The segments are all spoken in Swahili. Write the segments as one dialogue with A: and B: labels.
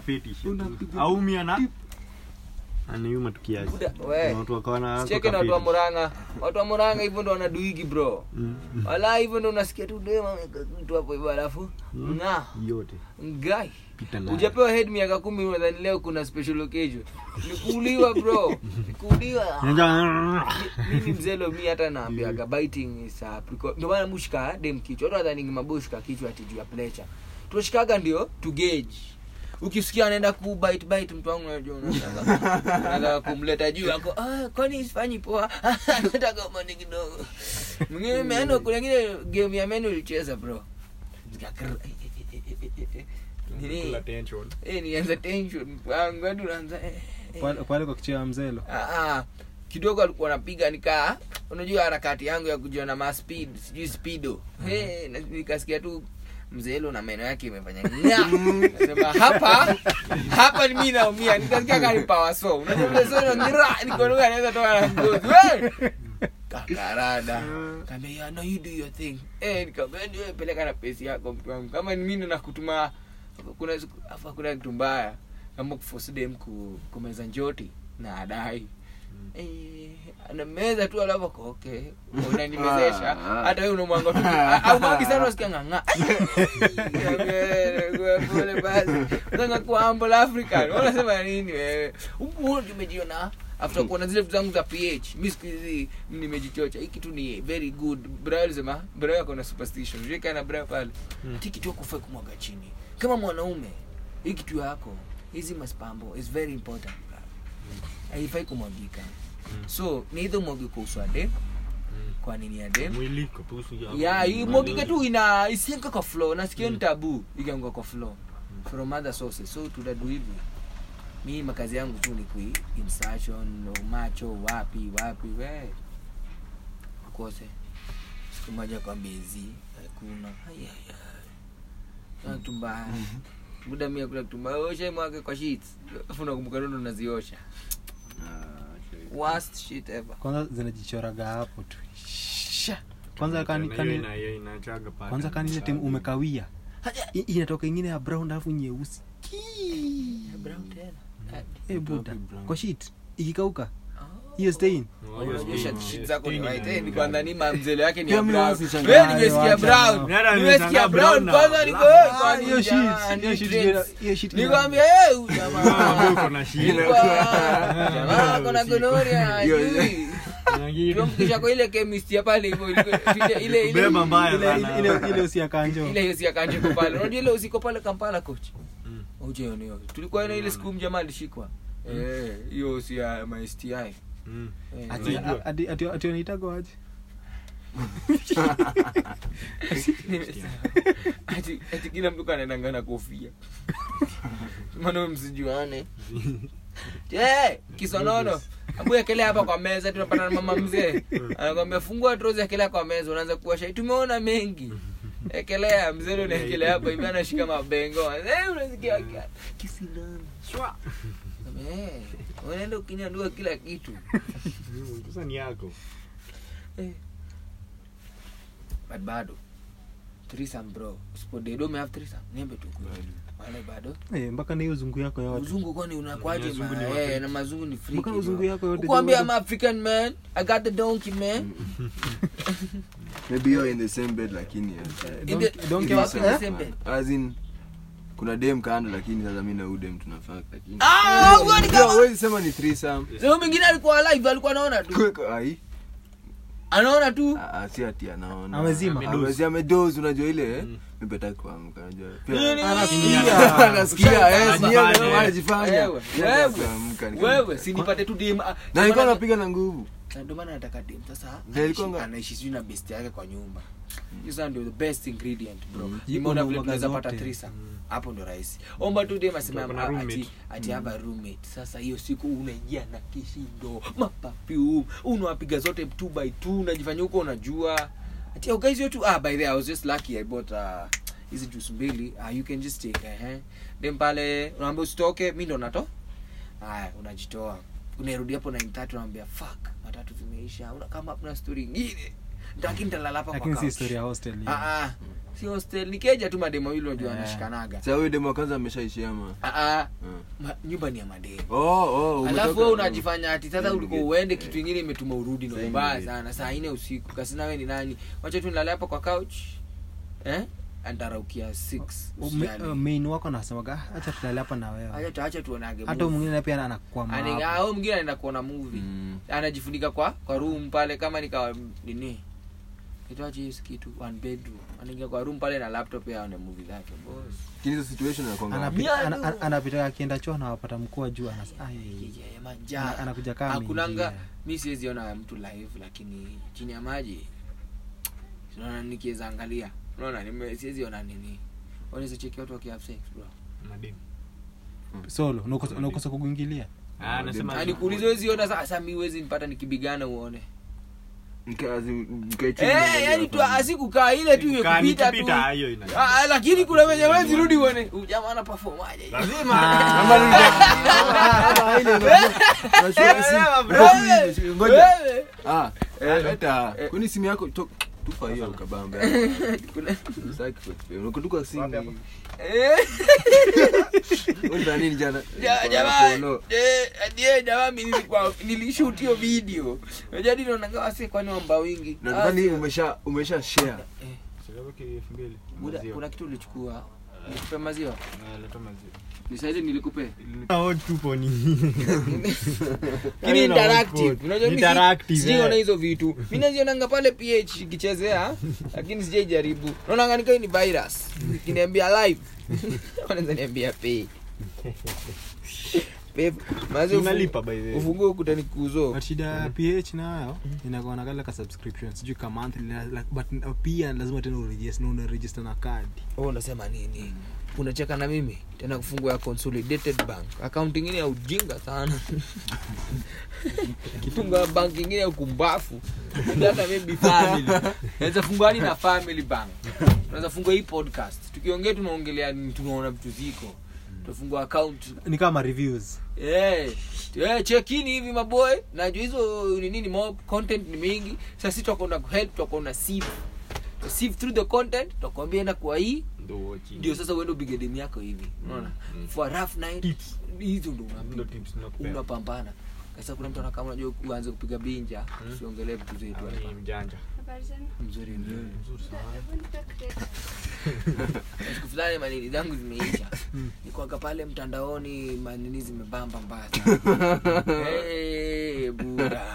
A: kafetish
B: Unapigwa
A: aumia na aniuma tukiasi
C: Buda, we.
A: Na watu wakaona ako
C: Sicheke na watu wa
A: kafetish.
C: Murang'a. Watu wa Murang'a hivyo ndo wanaduigi bro.
A: Mm,
C: Wala hivyo ndo unasikia tu dema ameweka kitu hapo hivyo alafu
A: Mm.
C: nga
A: yote
C: ngai.
A: pita nayo.
C: Ujapewa head miaka kumi unadhani leo kuna special occasion. Nikuuliwa bro. Nikuuliwa.
A: Nyanjaa.
C: mimi mzelo mi hata naambiaga biting is a precau- ndio maana mushika dem kichwa watu wadhaningi mabushika kichwa ati juu ya plecha tunashikaga ndio to gauge ukisikia anaenda ku bite bite mtu wangu unajua unataka unataka kumleta juu yako ah kwani sifanyi poa nataka mani kidogo mwingine meno kuna ingine game ya menu ilicheza bro eh, Zikakrr. nini eh nianza tension wangu watu unaanza eh, eh.
B: Pale- pale kwa kichwa ya mzelo
C: Ah, ah. kidogo alikuwa anapiga nikaa unajua harakati yangu ya kujiona ma speed sijui speedo hey, na- nikasikia tu mzeelo na meno yake imefanya nya sema hapa hapa ni mimi naumia nikasikia kani power so unajua vile so ngira nikonuka anaweza toa na ngozi we kakarada kaambia yeah, no you do your thing eh nikamwambia ndio peleka na pesi yako mtu wangu kama ni mimi ndo nakutuma kuna siku- afa kuna kitu mbaya kama kuforce dem ku, kumeza njoti na adai Eh, anameza tu alafu ako, okay unanimezesha
B: Ah, ah.
C: hata wewe unamwanga tu Ah, au mwangi sana usikia nganga pole basi nganga kwa humble african Wewe unasema nini wewe huku wote umejiona after kuona zile vitu zangu za ph mi siku hizi nimejichocha hii kitu ni very good brayo alisema brayo ako na superstition Unajua kana brayo pale
A: Mm.
C: ti kitu akufai kumwaga chini kama mwanaume hii kitu yako hizi maspambo is very important bro. haifai kumwagika so ni hidho mwage kwa uso wa dem kwa nini ya dem
A: mwiliko pusu ya
C: ya imwagike tu ina isianka kwa flow nasikia ni tabu ikianguka kwa flow from other sources so tutadu hivi mi makazi yangu tu ni kui insertion macho wapi wapi we ukose siku moja kwa bezi hakuna Ai, ai, ai. Na tumbaya muda mi akula tumbaya oshe mwake kwa sheets afu nakumbuka nondo naziosha worst shit ever
B: kwanza zinajichoraga hapo tu Sha! kwanza kani, kani, kwanza
A: kwanza
B: kani ile tem umekawia I- inatoka ingine ya brown alafu nyeusi Kii!
C: brown tena
B: Eh, buda
A: brown.
B: kwa shit ikikauka hiyo stain
C: Unaonyesha shit zako ni white. Eh, nilikuwa nadhani mamzele yake ni ya
B: Pia mimi
C: brown.
B: wazi changanya
C: Wewe nimesikia
B: wacha
C: brown.
B: nao.
A: Nara
C: Nimesikia
A: nimeshangaa
C: brown
A: brown
C: kwanza
A: na
C: niko
A: black.
C: eh, kwani
B: hiyo shit,
C: jamani,
B: hiyo shit
C: trends.
B: ina- hiyo shit ina-
C: Nikwambia, eh, huyu
A: Ah,
C: jamaa. Nilikuwa, jamaa
A: Hiyo
C: kuna
A: shit.
C: gonorrhea,
B: Hiyo-
C: hajui. Tulimfikisha kwa ile chemist ya pale hivyo, ilikuwa- ile- ile- ile-
A: Kubeba mbaya.
B: Ile- ile- ile- ile usiakanjo
C: ile hiyo si ya kanje kwa pale. Unajua ile usiko pale Kampala coach.
A: Mm.
C: Uje ni Tulikuwa na ile siku mjamaa alishikwa. Eh, hiyo si ya Eh. ma STI. Eh,
A: Mm. Ati- Unajua.
B: atiwanaitago waje
C: ati ati kila mtu kanaendanga na kofia maana msijuane je kisonono abu ekelea hapa kwa meza tunapata na mama mzee anakwambia fungua trozi ekelea kwa meza unaanza kuosha tumeona mengi ekelea mzee ndio unaekelea hapa hivi anashika mabengo Eh, unasikia kia- kisinano Shwa. Eh, unaenda ukinyandua kila kitu
A: ni yako
C: but bado threesome bro usipodede umehav threesome niembe tu ukweli. wale bado
B: Eh, mpaka na hiyo zungu yako yote
C: uzungu kwani unakwaje
A: Mzungu ni
C: ma-
A: wapi?
C: eh, na mazungu ni freaky,
B: Mbona uzungu
C: bro.
B: yako yote
C: Ukwambia
B: ni
C: I'm African man I got the donkey man
D: maybe you're in the same bed lakini eh, yeah.
C: In
B: Donkey-
C: the-
B: donkey
C: you
B: is-
C: up in the
B: eh?
C: same bed.
D: Ah, as in kuna dem kando lakini sasa mi na udem tunafaa lakini
C: Ah, huyo ni kama-
D: Huwezi sema ni threesome.
C: Leo mwingine alikuwa alive alikuwa anaona tu
D: Ai,
C: anaona tu
D: ah, ah, si ati anaona
B: Amezima.
D: Amezi- amedoze, unajua ile eh?
A: Mm.
D: Mi better kuamka, unajua.
C: Nini?
D: Pia- Anasikia, eh, si yeye
A: Anafanya.
D: ndio anajifanya.
C: Wewe,
D: Mi better
C: wewe,
D: kuamka, nika-
C: wewe si nipate tu dem ah,
D: na
C: ndio
D: alikuwa
C: maana-
D: anapiga na nguvu
C: Na ndio maana nataka dem sasa
D: Na ilikuwa nga-
C: anaishi- anaishi sijui na best yake kwa nyumba hiyo sasa ndio the best ingredient bro
B: Mm.
C: imeona vile
B: Unaumwaga
C: tunaweza
B: zote.
C: pata trisa hapo ndo rahisi omba tu dem aseme
A: Kuna
C: ah,
A: roommate. Mm.
C: ati ati have a roommate sasa hiyo siku unaingia na kishindo mapapium unawapiga zote two by two unajifanya huko unajua ati oh guys you too ah by the way i was just lucky i bought uh, hizi juice mbili ah you can just take eh eh dem pale unaambia usitoke mimi ndo nato haya unajitoa unarudi hapo 9:30 unaambia fuck matatu zimeisha una kama kuna story nyingine lakini nitalala hapa kwa
B: lakini si
C: couch.
B: historia hostel hiyo.
C: Ah, ah. si hostel nikeja tu mademo hilo najua
B: Eh.
C: wanashikanaga
D: Sasa huyo demo wa kwanza ameshaishia ama?
C: Ah, ah.
D: Ah.
C: Ma- nyumba ni ya mademo
D: Oh, oh, umetoka-
C: alafu wewe unajifanya ati sasa
D: Mm,
C: uliko
D: get-
C: uende
D: eh.
C: kitu ingine imetuma urudi na
D: Same
C: ubaya
D: with it.
C: sana saa ine usiku kasi nawe ni nani wacha tu nilale hapa kwa couch eh antaraukia 6
B: Ume- uh,
C: usiani
B: main wako anasemaga hacha tulale hapa na
C: acha
B: wewe
C: tu- acha tuonage
B: hata huyu mwingine pia anakwama
C: Ani- ah,
B: hapo.
C: huyo mwingine anaenda kuona movie
D: Mm.
C: anajifunika kwa kwa room pale kama nikawa nini itaje hizi kitu one bedroom anaingia kwa room pale na laptop yao na movie zake boss
B: Mm.
D: Lakini hizo situation inakuanga wapi?
B: Anapita- ana- ana- anapita akienda choo anawapata mkuu wa juu anas- ai.
C: Kijana,
B: Ana-
C: manjaa
B: anakuja kama
C: akunanga
B: ameingia.
C: mi siwezi ona mtu live lakini chini ya maji naona nikiweza angalia unaona nime- siwezi ona nini unaweza cheki watu waki have sex bro
A: Mademu.
B: solo naukosa naukosa kukuingilia
A: Ah, anasema-
C: Ani kuuliza huwezi ona sasa mi huwezi nipata nikibigana uone
D: Nika- azi- nikaichunga
C: eh
D: ndani ya
C: yani tu
D: kwanza.
C: asikukaa ile tu
A: Kukaa
C: imekupita tu
A: nikipita, hiyo ina-
C: Ah, ah, lakini kuna wenye wezi rudi uone huyu jamaa ana perform aje
D: Ama ni- ama ile
C: Eh,
D: ina- unashuka si-
C: Elewa, bro.
D: Uko busy, ngoja.
C: Wewe.
D: Ah, leta. Kwani simu yako to- tupa hiyo kabamba.
C: Kuna-
D: Sitaki kuexplain. Unakutuka simu.
C: Eh.
D: Wewe ndio nini jana?
C: Ja- jamaa eh, adie, jamaa mi nilikuwa- nilishoot hiyo video najadi naonanga wase kwani wamba wingi
D: Na
C: Ah,
D: nadhani
C: sio.
D: umesha umesha share.
A: Sasa kwa elfu mbili.
C: Buda,
A: Maziwa.
C: kuna kitu ulichukua nikupe maziwa
A: Ah, leta maziwa.
C: ni saizi nilikupe
A: Na hot Ah, oh, tupo ni-
C: Lakini
A: Haina
C: interactive.
A: output.
C: Unajua mimi
A: Yaani
C: si-
A: Interactive,
C: sijaona
A: eh.
C: hizo vitu mi nazionanga pale ph ikichezea lakini sijaijaribu naonanga nikai ni virus ikiniambia live wanaweza niambia pay Pay- maziwa ufungu-
A: Unalipa by the way.
C: ufungue ukutani kuzo
B: but shida ya ph nayo inakuwa na kale ka subscription sijui ka monthly la- la- but uh, pia lazima tena uregister na unaregister na kadi
C: wewe unasema nini unacheka na mimi tena kufungua ya consolidated bank akaunti ingine ya ujinga sana kifunga bank ingine ya ukumbafu hata maybe family naweza fungua hadi na family bank tunaweza fungua hii podcast tukiongea tunaongelea nini, tunaona vitu ziko tutafungua account
B: ni kama reviews
C: Eh, eh, chekini hivi maboy najua hizo ni nini mo content ni mingi sasa tutakwenda kuhelp tutakwenda sieve To sieve through the content tutakwambia na kwa hii
A: Ndo watching.
C: ndio sasa uende upige demu yako hivi unaona
A: mm.
C: for a rough night
A: Tips.
C: hizo ndo
A: Ndo
C: unapiga
A: tips nakupea.
C: unapambana sasa kuna mtu anakaa unajua uanze kupiga binja
A: Mm.
C: usiongelee vitu zetu
A: Ah, ni mjanja.
E: Habari zenu.
C: mzuri mzuri
A: Mzuri sana.
E: Hebu nipeke.
C: siku fulani manini zangu zimeisha nikwanga pale mtandaoni manini zimebamba mbaya sana. hey, buda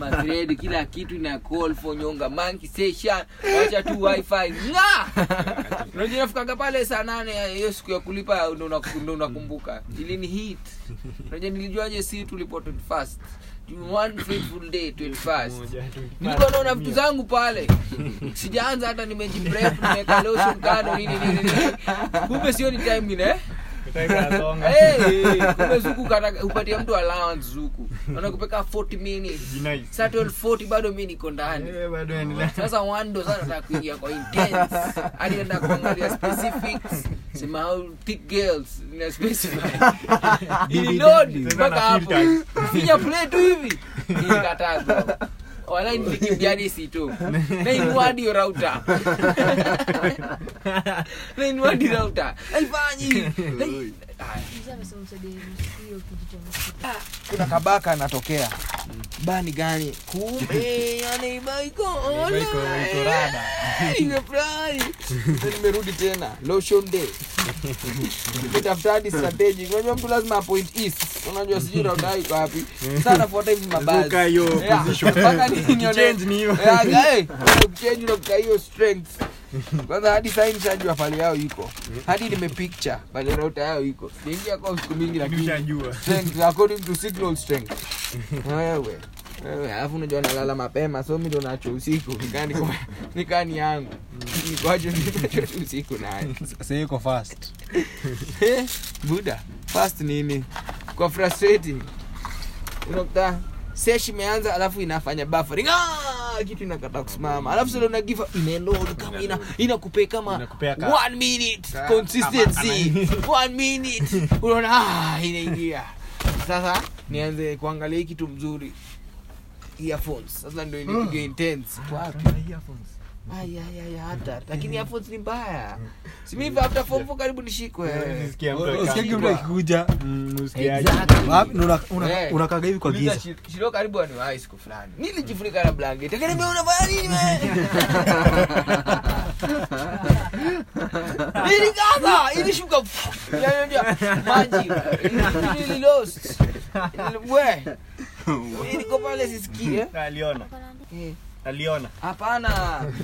C: mathredi kila kitu ina call for nyonga monkey session wacha tu wifi nga unajua inafikanga pale saa nane hiyo siku ya kulipa ndo unaku- ndo unakumbuka ili ni hit unajua nilijuaje si tulipo 21st one fateful day 21st
A: Moja, twenty five.
C: nilikuwa naona vitu zangu pale sijaanza hata nimejibref nimeweka lotion kando nini nini nini kumbe sio ni time ine
A: Nataka asonga.
C: Eh, kumbe zuku kata- upatie mtu allowance zuku anakupeka 40 minutes
A: Jinai.
C: saa 12:40 bado mi niko ndani
A: Eh, bado endelea.
C: sasa wando sana nataka kuingia kwa intense hadi naenda kuangalia specifics sema how thick girls na specify ili load mpaka hapo finya play tu hivi nilikataa bro wala nilikimbiani si tu na inwadi yo rauta na inwadi rauta haifanyi Hai- Ai,
E: Mzee amesema msaidie hiyo kijitama.
C: kuna kabaka anatokea bani gani kumbe yanaibaikoimefurahi nimerudi tena lotion day nimetafuta hadi strategy unajua mtu lazima appoint east unajua sijui rauda iko wapi sasa nafuata hivi mabazi
A: Zunguka hiyo
C: Yeah,
A: position.
C: mpaka ni- nione-
A: Change ni hiyo.
C: Yeah, guy, kuchange unakuta hiyo strength kwanza hadi sahii nishajua pale yao iko hadi nimepicture pale rauta yao iko niingia kwa siku mingi lakini
A: Nishajua.
C: strength according to signal strength wewe wewe alafu unajua nalala mapema so mi ndo nacho usiku nikaa niko nikaa ni yangu nikoacho ninacho tu usiku naye
B: sahii iko fast
C: Eh, buda fast nini kwa frustrating unakuta sesh imeanza alafu inafanya buffering ah, kitu inakata kusimama alafu sasa una give up imelod kama ina inakupea kama
A: Inakupea ka-
C: one minute consistency one minute unaona ah, inaingia sasa nianze kuangalia hii kitu mzuri earphones sasa ndio
A: Hmm.
C: inipige intense
A: Ah,
C: wapi Ai, ai, ai, hata
A: Hmm.
C: lakini earphones ni mbaya simi after form four karibu nishikwe
A: Nisikia mtu
B: usikiagi mtu
A: akashikwa.
B: akikuja
A: Mm, usikiaje?
B: wapi na
C: Exactly.
B: una- una-
C: Eh.
B: unakaga hivi kwa
C: Uliza
B: giza
C: shi- shiro karibu aniwai siku fulani nilijifunika na blanketi lakini mimi unafanya nini wewe nilikaza ilishuka pff, inaniambia, Yaani maji Ili lost Ili- we niko pale sisikie
A: Na aliona
C: Eh,
A: aliona
C: hapana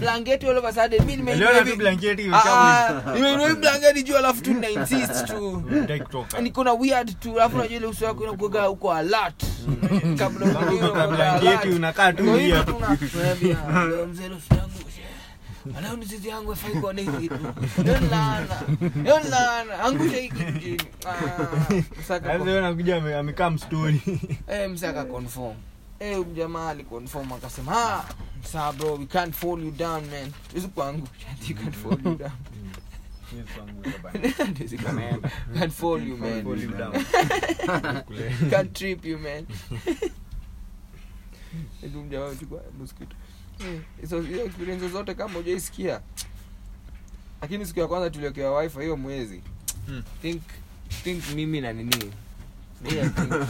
C: blanketi all of a sudden mimi nimeinua
A: aliona tu
C: hivi
A: blanketi
C: Ah,
A: ushamu-
C: ah, nimeinua hivi blanketi juu alafu tu na insist tu
A: Unataka kutoka.
C: niko na weird tu alafu unajua ile uso wako inakuweka uko alert kabla
A: Kama
C: unakuwa
A: uko na
C: uko
A: blanketi
C: alert.
A: unakaa tu
C: Ndio hivyo
A: hiyo.
C: tu unaambia, "Leo mzee leo uso yangu, she, leo mizizi yangu haifai kuwa na hii kitu. Leo ni laana. Leo ni laana. Angusha hii kitu chini." Ah, msaka
A: Sasa yeye anakuja ame- amekaa mstori
C: Eh, msaka confirm. Eh, huyu jamaa aliconfirm akasema, "Ah, sawa bro, we can't fall you down man." Hizo kwangu, "You can't fall you down." Hizo kwangu, "Can't fall you man." Can't trip you man. Ndio mjamaa chukua mosquito. Eh, Hizo hizo experience zote kama hujaisikia. Lakini siku ya kwanza tuliokewa wifi hiyo mwezi.
A: Mm.
C: Think think mimi na nini? Mimi I think-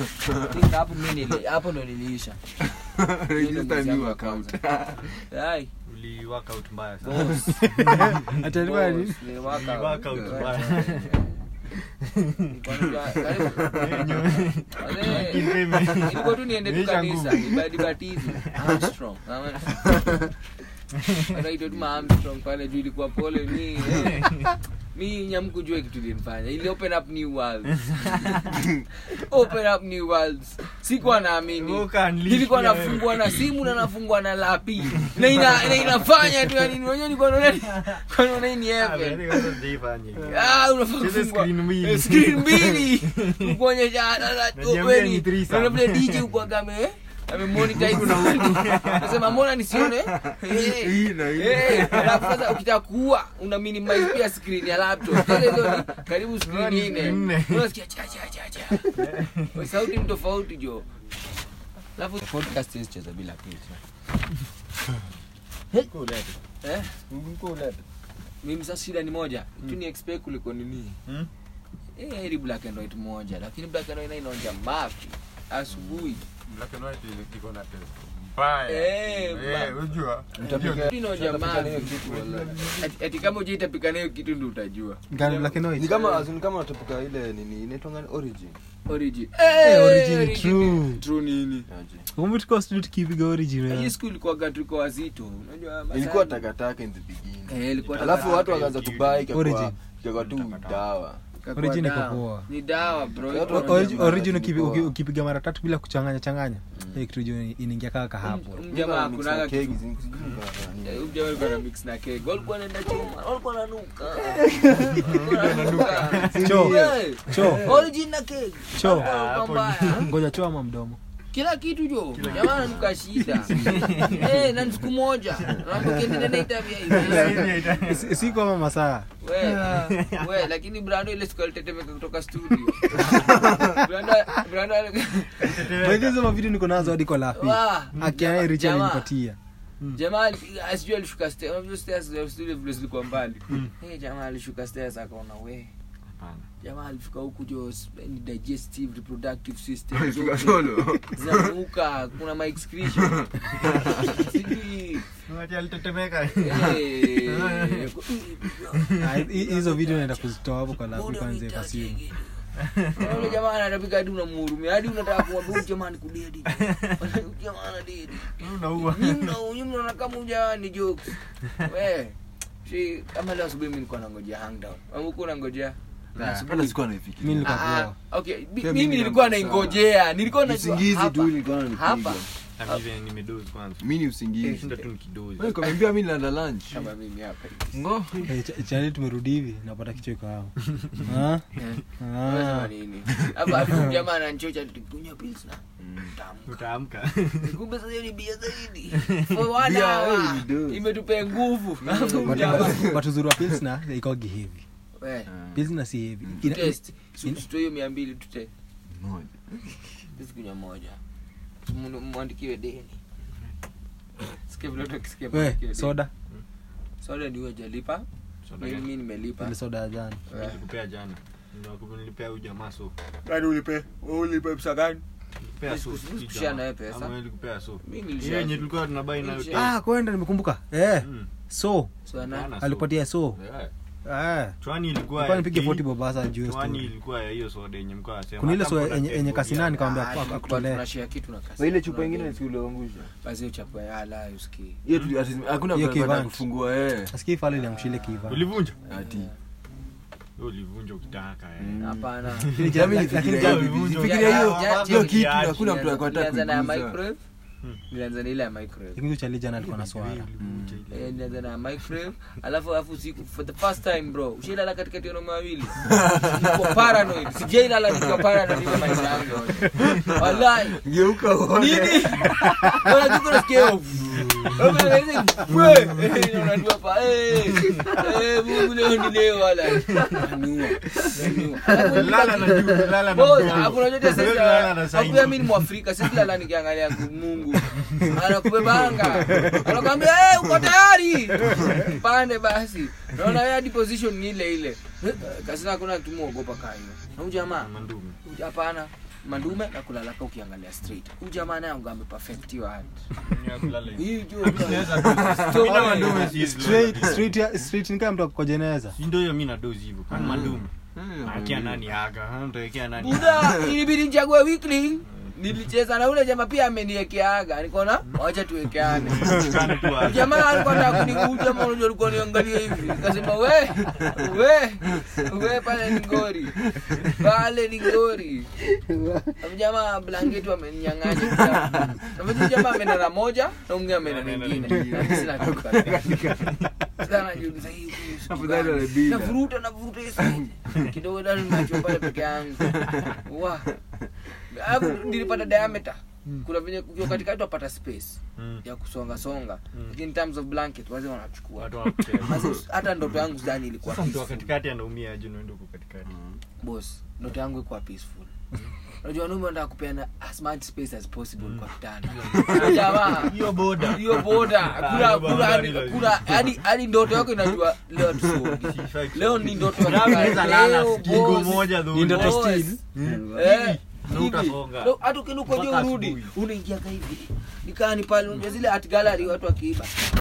C: think hapo mimi nili- hapo ndo niliisha.
D: Register new account.
C: Eh. Ai,
A: uliwaka out mbaya sana
C: boss.
B: Atalipa nini?
C: Boss, ni workout.
A: Uliwaka out mbaya.
C: Nilikuwa najua- karibu- Wazee,
A: Kiseme.
C: ilikuwa tu niende tu
A: Niisha
C: kanisa
A: nguvu.
C: nibadibatizi Armstrong Ama- wanaitwa tu ma Armstrong pale juu ilikuwa pole mi eh. mi nyamkujua kitu ilinifanya ili open up new worlds open up new worlds sikuwa naamini
A: Woka unleash
C: nilikuwa
A: pia
C: nafungwa na simu na nafungwa na lapi na, ina, na inafanya tu yani wenyewe nilikuwa naona kwa naona hii ni heaven
A: Ah, sasa sijaifanya hiyo.
C: Ah, unafaa
A: Cheza
C: kufungwa.
A: screen mbili.
C: Eh, screen mbili. Kuonyesha, ah, ah, ah,
A: Najiambia
C: wewe ni-
A: ni threesome.
C: unaona vile DJ huko ame- amemonetize. Anasema, mbona nisione? Eh,
D: Hii na hii.
C: eh, alafu sasa ukitaka kuua, una minimize pia screen ya laptop. Sasa hizo ni karibu screen
A: Unaona ni
C: nne.
A: screen nne.
C: Unasikia cha, cha, cha, cha. Wewe, sauti ni tofauti jo alafu podcast hizi cheza bila picha eh? mimi sasa shida ni moja
D: Hmm.
C: tu ni expect kuliko nini
A: Hmm?
C: Eh, heri black and white moja lakini black and white nayo inaonja mafi asubuhi
D: Hmm.
C: Eh, black. Hii inaonja mafi Ati- ati kama ujaitapika nayo kitu ndio utajua
B: Ngano black and white.
D: ni kama ni kama unatopoka ile nini inaitwa ngani origin
C: origin
B: Eh,
C: eh,
B: origin
C: origin.
B: true.
C: true nini
D: Aje.
B: Kumbe tulikuwa studio tukipiga original.
C: hii siku ilikuwa tuko wazito unajua masai-
D: ilikuwa takataka in the beginning
C: eh ilikuwa
D: alafu
C: takataka.
D: watu wakaanza kubai ikakuwa
B: Origin.
D: ikakuwa tu dawa
C: Ikakuwa
B: Origin iko
C: dawa.
B: poa.
C: ni dawa bro Iko-
D: Watu wana-
B: Origi- original
D: Origin
B: ukipi-
D: poa.
B: uki- ukipiga mara tatu bila kuchanganya changanya hiyo kitu juu inaingia kaa kahapo
C: Huyu jamaa
D: Mix na
C: hakunaga
D: keki,
C: kitu.
D: zi- sijui kuna nini.
C: Eh, huyu jamaa alikuwa na mix na keki. Walikuwa wanaenda choma, walikuwa wananuka. Walikuwa wananuka.
B: Choo.
C: Wewe,
B: Choo.
C: origin Eh, na keki.
B: Choo.
C: Ah, Hapo
A: Hapo
C: mbaya.
B: ngoja choo ama mdomo
C: kila kitu jo jamaa ananuka shida Eh, na ni siku moja Naambia, ukiendelea na hii tabia hivi. Ah.
B: Si- siku ama masaa
C: We, we, lakini brando ile siku alitetemeka kutoka studio brando, brando
B: wekeza mavidio niko nazo hadi kwa lafi
C: Wah,
B: akiae
C: jamaa-
B: richa
C: jamaa.
B: nipatia
C: jamaa ali- ah, sijui alishuka stairs. Unajua stairs za studio vile zilikuwa mbali
B: Hmm.
C: Eh, jamaa alishuka stairs akaona we jamaa alifika huku jo s- ni digestive reproductive system
D: Alifika
C: zote
D: solo.
C: zinavuka kuna my excretion Sijui, eh, ku-
B: Ah,
C: Eh.
B: hi- hizo video naenda kuzitoa hapo kwa lafi
C: mbona
B: kwanza kwa
C: unitaje
B: simu
C: hivi? Na yule jamaa anatapika hadi unamhurumia hadi unataka kumwambia huyu jamaa ni kudedi Huyu jamaa ana dedi nyinyi mnaona kama huyu jamaa ni jokes we shi kama leo asubuhi mimi nilikuwa nangojea hangdown huko nangojea
D: Hata sikuwa naifikiria.
B: Mimi nilikuwa-
C: Ah, ah,
B: Nikakuwa.
C: okay bi-
D: Pia
C: mimi
D: mimi
C: nilikuwa
D: nilikuwa
C: naingojea nilikuwa najua
D: usingizi
C: hapa.
D: tu nilikuwa
C: Hapa.
D: nanipiga
A: nimedozi kwanza
D: mi ni usingizi
A: Shinda tu nikidozi.
D: Wewe ukaniambia mi nilala lunch
C: kama mimi hapa
D: ngo
B: Eh, cha- chani tumerudi hivi napata kicheko hao Ah?
D: Ah.
C: Unasema nini hapa huyu jamaa ananichocha tukunywa pills na
D: Mm.
C: tamu
A: utaamka
C: kumbe sasa hiyo ni bia zaidi for one
D: Bia,
C: hour
D: hey, dude.
C: imetupea nguvu Alafu huyu jamaa-
B: batuzuri wa pilsna ikogi hivi
C: we
B: pilsna si hivi Ina-
C: test Si tutoe hiyo mia mbili tute
D: Ah. Moja.
C: Sisi kunywa moja Mundu- mwandikiwe deni Sikia vile watu wakisikia
B: we
C: masikio.
B: Eh, soda
C: soda ndio jalipa
A: Soda gani?
C: mimi nimelipa Eh.
B: ile soda ya jana
A: nilikupea jana Ndio, nilipea huyu jamaa so
C: Kwani ulipe ulipe pesa gani
A: Nilipea so,
C: Siku-
A: si
C: siku
A: jamaa.
C: na wewe pesa.
A: Ama wewe ulikupea so
C: Mimi
A: Hiyo
C: nilishia-
A: yenye tulikuwa tunabai nayo
C: Nilishia- Ah.
A: tena.
B: ah kwenda nimekumbuka eh
A: Mm,
B: so
C: Sana.
A: jana so.
B: alipatia so
A: Yeah.
B: eh
A: Chwani ilikuwa
B: nilikuwa
A: ya
B: nipige
A: kei,
B: foti bobasa juu ya
A: chwani
B: story
A: ilikuwa ya hiyo soda yenye mko asema.
B: Kuna ile
A: Hata
B: soda
A: mbona
B: yenye- yenye
A: teknolojia-
B: kasinani kama- Nikamwambia,
C: Ah,
B: fuck,
C: tulikuwa
B: akutolea.
C: tunashare kitu na kasi.
D: Ba, ile chupa ingine siuliangusha
C: Basi hiyo chapa ya ala usikii.
D: hiyo tu- ati- hakuna
B: Hiyo
D: mtu alipata
B: kivant.
D: kufungua eh
B: asikii fale liamshile kiva
A: Ulivunja?
D: ati
A: Wewe ulivunja ukitaka eh.
D: Mm.
C: Hapana.
D: fikiria hiyo hiyo kitu hakuna mtu akwata
C: Nilianza na ya microwave. Nilianza
D: kuigusa
C: na ile ya microwave.
B: lakini uchali jana alikuwa na swala
A: Ulivunja ile.
C: Eh, nilianza na microwave alafu alafu usiku for the first time bro ushailala katikati ya wanaume wawili Niko paranoid sijailala nikiwa paranoid kwa maisha yangu yote. wallahi
D: geuka uone
C: nini unajua unasikia hiyo, "Vuh." Unaweza, "Vuh." Eh, unajua pa eh, eh, Mungu leo ni leo wala Anua, anua. Alafu
A: Lala na juu, lala na
C: Boss,
A: juu.
C: hakuna chochote sasa.
A: Wewe lala na saini.
C: Hakuna mimi ni Mwafrika, sisi lala nikiangalia Mungu. Anakubebanga. Anakuambia, "Eh, uko tayari?" Pande basi. Naona wewe hadi position ni ile ile. Kasi hakuna mtu muogopa kaa hiyo. Na huyu jamaa,
A: Mandume.
C: huyu hapana mandume na kulalaka ukiangalia straight. Huyu jamaa naye anga amepafectiwa hadi.
A: Ni ya kulala hivi.
C: Hii juu.
A: Naweza dozi.
C: Story.
A: Mimi na mandume si-
B: straight straight ya- straight ni kama mtu akwa jeneza
A: Si ndio hiyo mimi na dozi hivyo.
B: Mm.
A: Kwani mandume. Akia nani aga? Hana mtawekea nani?
C: Buda, ilibidi nichague weekly. Nilicheza na ule jamaa pia ameniwekeaga. Nikaona wacha tuwekeane.
A: Tushikane tu hapo.
C: jamaa alikuwa anataka kuniguta ama unajua alikuwa niangalia hivi kasema we we we pale ni ngori pale ni ngori Alafu jamaa blanketi wamenyang'anya Alafu jamaa ameenda na moja na mwingine ameenda na nyingine Na mimi sina kitu kabisa. Sasa najiuliza, hii huyu siku
D: Afadhali
C: gani?
D: alibida.
C: navuruta navuruta hii simu. kidogo dani nimeachiwa pale peke yangu Wa. Alafu nilipata diameter kuna venye ukiwa katikati wapata space
A: Mm.
C: ya kusonga songa
A: Mm.
C: lakini in terms of blanket wazee wanachukua
A: Watu wanakucheza.
C: Mazee, hata ndoto yangu sidhani ilikuwa
A: Sasa mtu wa
C: peaceful.
A: katikati anaumia aje na wewe ndio uko katikati.
D: Mm.
C: boss ndoto yangu ilikuwa peaceful
A: Hmm.
C: unajua wanaume wanataka kupeana as much space as possible kwa kitanda jamaa
A: Hmm. Hiyo boda.
C: hiyo boda
A: Ah,
C: kula
A: hiyo
C: kula
A: boda
C: hadi- kula hadi hadi ndoto yako inajua leo tusogi
A: Sifai kusema.
C: leo ni ndoto ya
A: Labda
C: kukaa.
A: unaweza lala
C: Leo,
A: kigo
C: boss.
A: moja dhuri.
B: Ni ndoto
C: Boss.
B: still.
C: Eh,
A: Na
C: hivi.
A: utasonga.
C: Leo, hata ukienda uko je
A: Mpaka
C: urudi
A: asubuhi.
C: unaingia hivi nikani pale unajua zile art gallery watu wakiiba